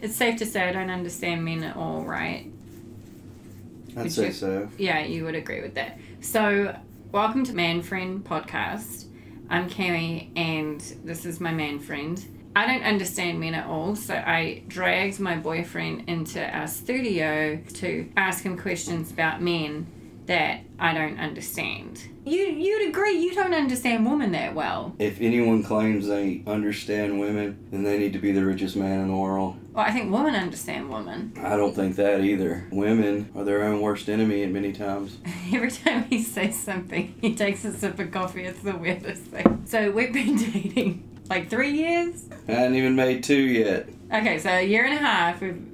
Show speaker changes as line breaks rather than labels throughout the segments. It's safe to say I don't understand men at all, right?
I'd
Would
say
you-
so.
Yeah, you would agree with that. So, welcome to Man Friend Podcast. I'm Cami, and this is my man friend. I don't understand men at all, so I dragged my boyfriend into our studio to ask him questions about men that I don't understand. You you'd agree you don't understand women that well.
If anyone claims they understand women, then they need to be the richest man in the world.
Well, I think women understand women.
I don't think that either. Women are their own worst enemy at many times.
Every time he says something, he takes a sip of coffee. It's the weirdest thing. So we've been dating like three years.
I hadn't even made two yet.
Okay, so a year and a half. We've,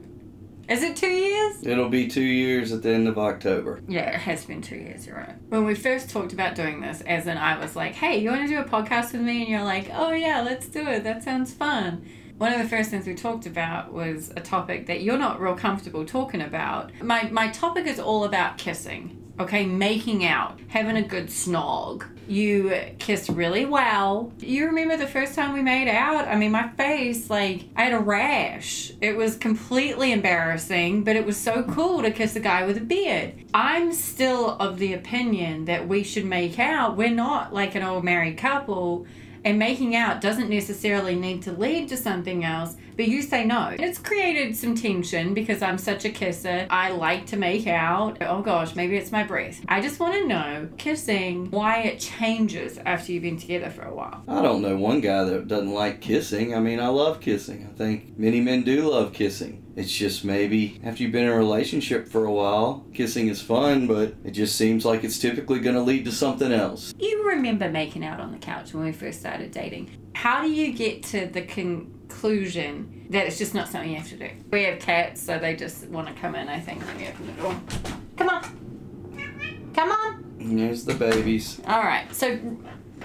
is it two years?
It'll be two years at the end of October.
Yeah, it has been two years, you're right. When we first talked about doing this, as in I was like, hey, you want to do a podcast with me? And you're like, oh yeah, let's do it. That sounds fun. One of the first things we talked about was a topic that you're not real comfortable talking about. My, my topic is all about kissing. Okay, making out, having a good snog. You kiss really well. You remember the first time we made out? I mean, my face, like, I had a rash. It was completely embarrassing, but it was so cool to kiss a guy with a beard. I'm still of the opinion that we should make out. We're not like an old married couple. And making out doesn't necessarily need to lead to something else, but you say no. It's created some tension because I'm such a kisser. I like to make out. Oh gosh, maybe it's my breath. I just want to know kissing, why it changes after you've been together for a while.
I don't know one guy that doesn't like kissing. I mean, I love kissing. I think many men do love kissing. It's just maybe after you've been in a relationship for a while, kissing is fun, but it just seems like it's typically going to lead to something else.
You remember making out on the couch when we first started dating. How do you get to the conclusion that it's just not something you have to do? We have cats, so they just want to come in, I think, when we open the door. Come on. Come on.
And there's the babies.
All right. So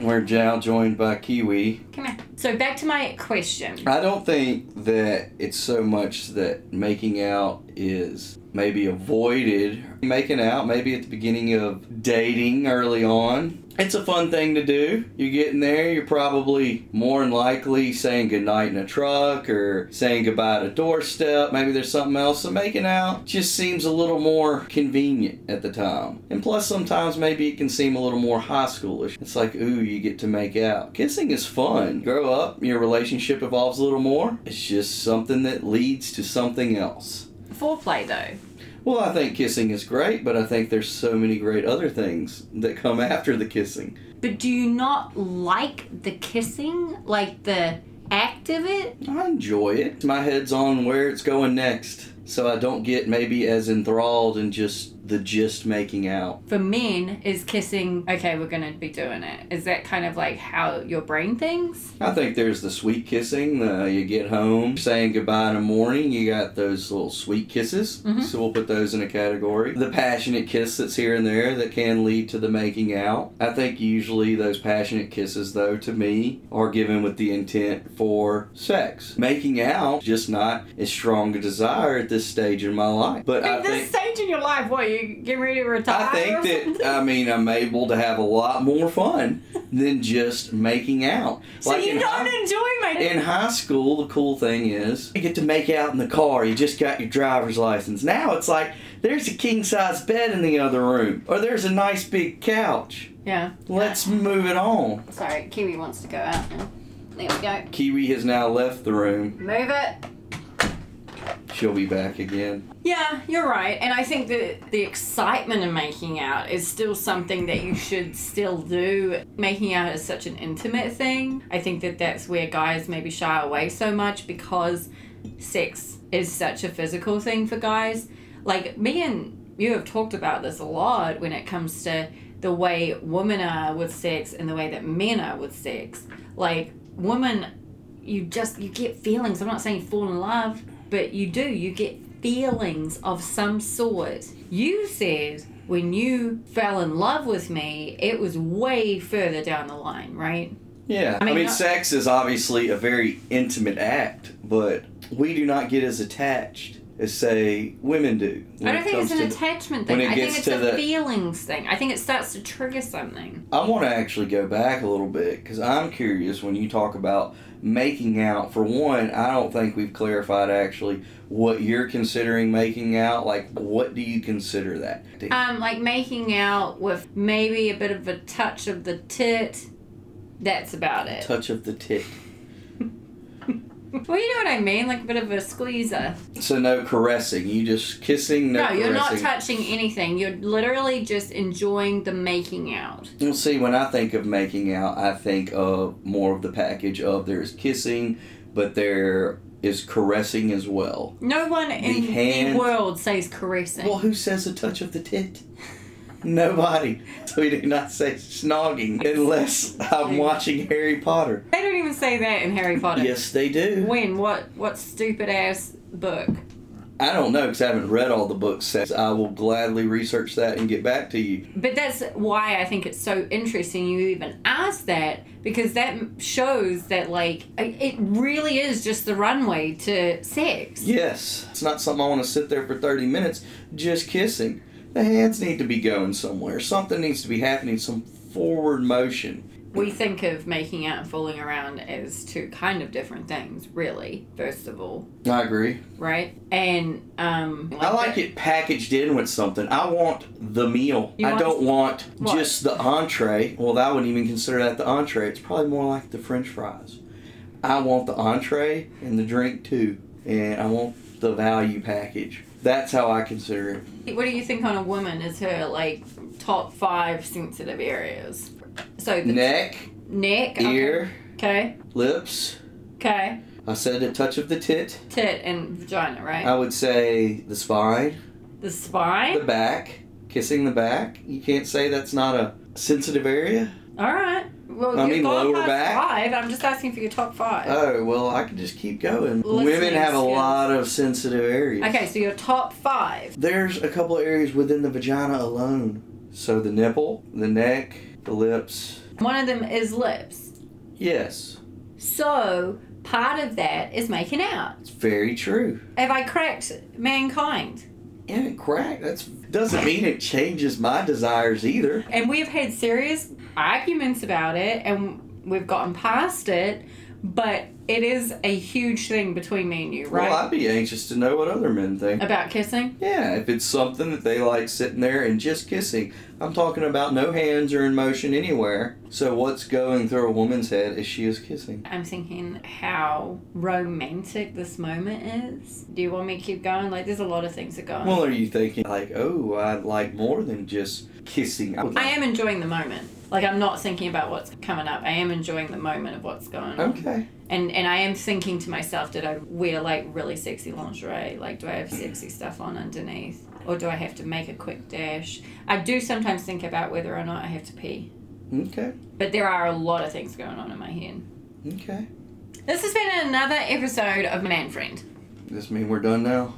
We're now joined by Kiwi.
Come here. So back to my question.
I don't think that it's so much that making out is maybe avoided. Making out, maybe at the beginning of dating early on. It's a fun thing to do. You get in there, you're probably more than likely saying goodnight in a truck or saying goodbye at a doorstep. Maybe there's something else. So making out just seems a little more convenient at the time. And plus, sometimes maybe it can seem a little more high schoolish. It's like, ooh, you get to make out. Kissing is fun. Grow up, your relationship evolves a little more. It's just something that leads to something else.
Foreplay though.
Well, I think kissing is great, but I think there's so many great other things that come after the kissing.
But do you not like the kissing? Like the act of it?
I enjoy it. My head's on where it's going next, so I don't get maybe as enthralled and just the gist making out.
For men, is kissing, okay, we're gonna be doing it. Is that kind of like how your brain thinks?
I think there's the sweet kissing. The, uh, you get home, saying goodbye in the morning. You got those little sweet kisses.
Mhm.
So we'll put those in a category. The passionate kiss that's here and there that can lead to the making out. I think usually those passionate kisses, though, to me, are given with the intent for sex. Making out just not as strong a desire at this stage in my life. But I
At this
think
stage in your life, what, you getting ready to retire? or
I think
something?
that uh, I mean I'm able to have a lot more fun than just making out.
So
Like
you
in
don't
high,
enjoy my.
in high school, the cool thing is you get to make out in the car. You just got your driver's license. Now it's like there's a king size bed in the other room, or there's a nice big couch.
Yeah.
Let's move it on.
Sorry, Kiwi wants to go out now. There we go.
Kiwi has now left the room.
Move it.
She'll be back again.
Yeah, you're right. And I think that the excitement of making out is still something that you should still do. Making out is such an intimate thing. I think that that's where guys maybe shy away so much because sex is such a physical thing for guys. Like, me and you have talked about this a lot when it comes to the way women are with sex and the way that men are with sex. Like, women you just you get feelings i'm not saying you fall in love but you do you get feelings of some sort you said when you fell in love with me it was way further down the line right
Yeah, I
I
mean,
mean, not-
sex is obviously a very intimate act, but we do not get as attached as say women do.
I don't
it
think it's
comes
an
to the-
attachment
when
thing.
it
I think
gets
it's
to
a
the-
feelings thing. I think it starts to trigger something.
I want to actually go back a little bit because I'm curious when you talk about making out. For one, I don't think we've clarified actually what you're considering making out. Like, what do you consider that?
Um, like making out with maybe a bit of a touch of the tit. That's about it.
Touch of the tit.
Well, you know what I mean, like a bit of a squeezer.
So no caressing. You just kissing. No,
No, you're not
caressing.
touching anything. You're literally just enjoying the making out.
You'll see when I think of making out, I think of more of the package of there's kissing, but there is caressing as well.
No one in
hand-
the world says caressing.
Well, who says a touch of the tit? Nobody. So we do not say snogging unless I'm watching Harry Potter.
They don't even say that in Harry Potter.
Yes, they do.
When? What? What stupid ass book?
I don't know because I haven't read all the books. Since. I will gladly research that and get back to you.
But that's why I think it's so interesting you even asked that because that m- shows that like i- it really is just the runway to sex.
Yes, it's not something I want to sit there for 30 minutes just kissing. The hands need to be going somewhere. Something needs to be happening, some forward motion.
We think of making out and fooling around as two kind of different things, really. First of all,
I agree.
right? And um,
I like it packaged in with something. I want the meal.
You
I
want-
don't want
What?
just the entree. Well, I wouldn't even consider that the entree. It's probably more like the french fries. I want the entree and the drink too. And I want the value package. That's how I consider it.
What do you think on a woman is her like top five sensitive areas? So the
Neck,
neck, okay.
ear,
okay,
lips.
okay,
I said a touch of the tit.
tit and vagina, right?
I would say the spine,
the spine.
the back, kissing the back. You can't say that's not a sensitive area.
All right. Well,
I
you've
mean,
gone
lower
past
back.
Five. I'm just asking for your top five.
Oh, well, I could just keep going.
Listening
Women have a
skills.
lot of sensitive areas.
okay, so your top five.
There's a couple of areas within the vagina alone. So the nipple, the neck, the lips.
One of them is lips.
Yes,
So part of that is making out.
it's very true.
Have I cracked mankind?
And it crack. That's doesn't mean it changes my desires either.
And we have had serious arguments about it, and we've gotten past it. But it is a huge thing between me and you, right?
Well, I'd be anxious to know what other men think.
about kissing.
Yeah, if it's something that they like sitting there and just kissing. I'm talking about no hands are in motion anywhere. So what's going through a woman's head as she is kissing?
I'm thinking how romantic this moment is. Do you want me to keep going? Like, there's a lot of things that go on.
Well, are you thinking like, oh, I like more than just kissing? I would
I
like-
am enjoying the moment. Like I'm not thinking about what's coming up. I am enjoying the moment of what's going on.
Okay.
And and I am thinking to myself, did I wear like really sexy lingerie? Like do I have sexy stuff on underneath? Or do I have to make a quick dash? I do sometimes think about whether or not I have to pee.
Okay.
But there are a lot of things going on in my head.
Okay.
This has been another episode of Man Friend.
Does this mean we're done now?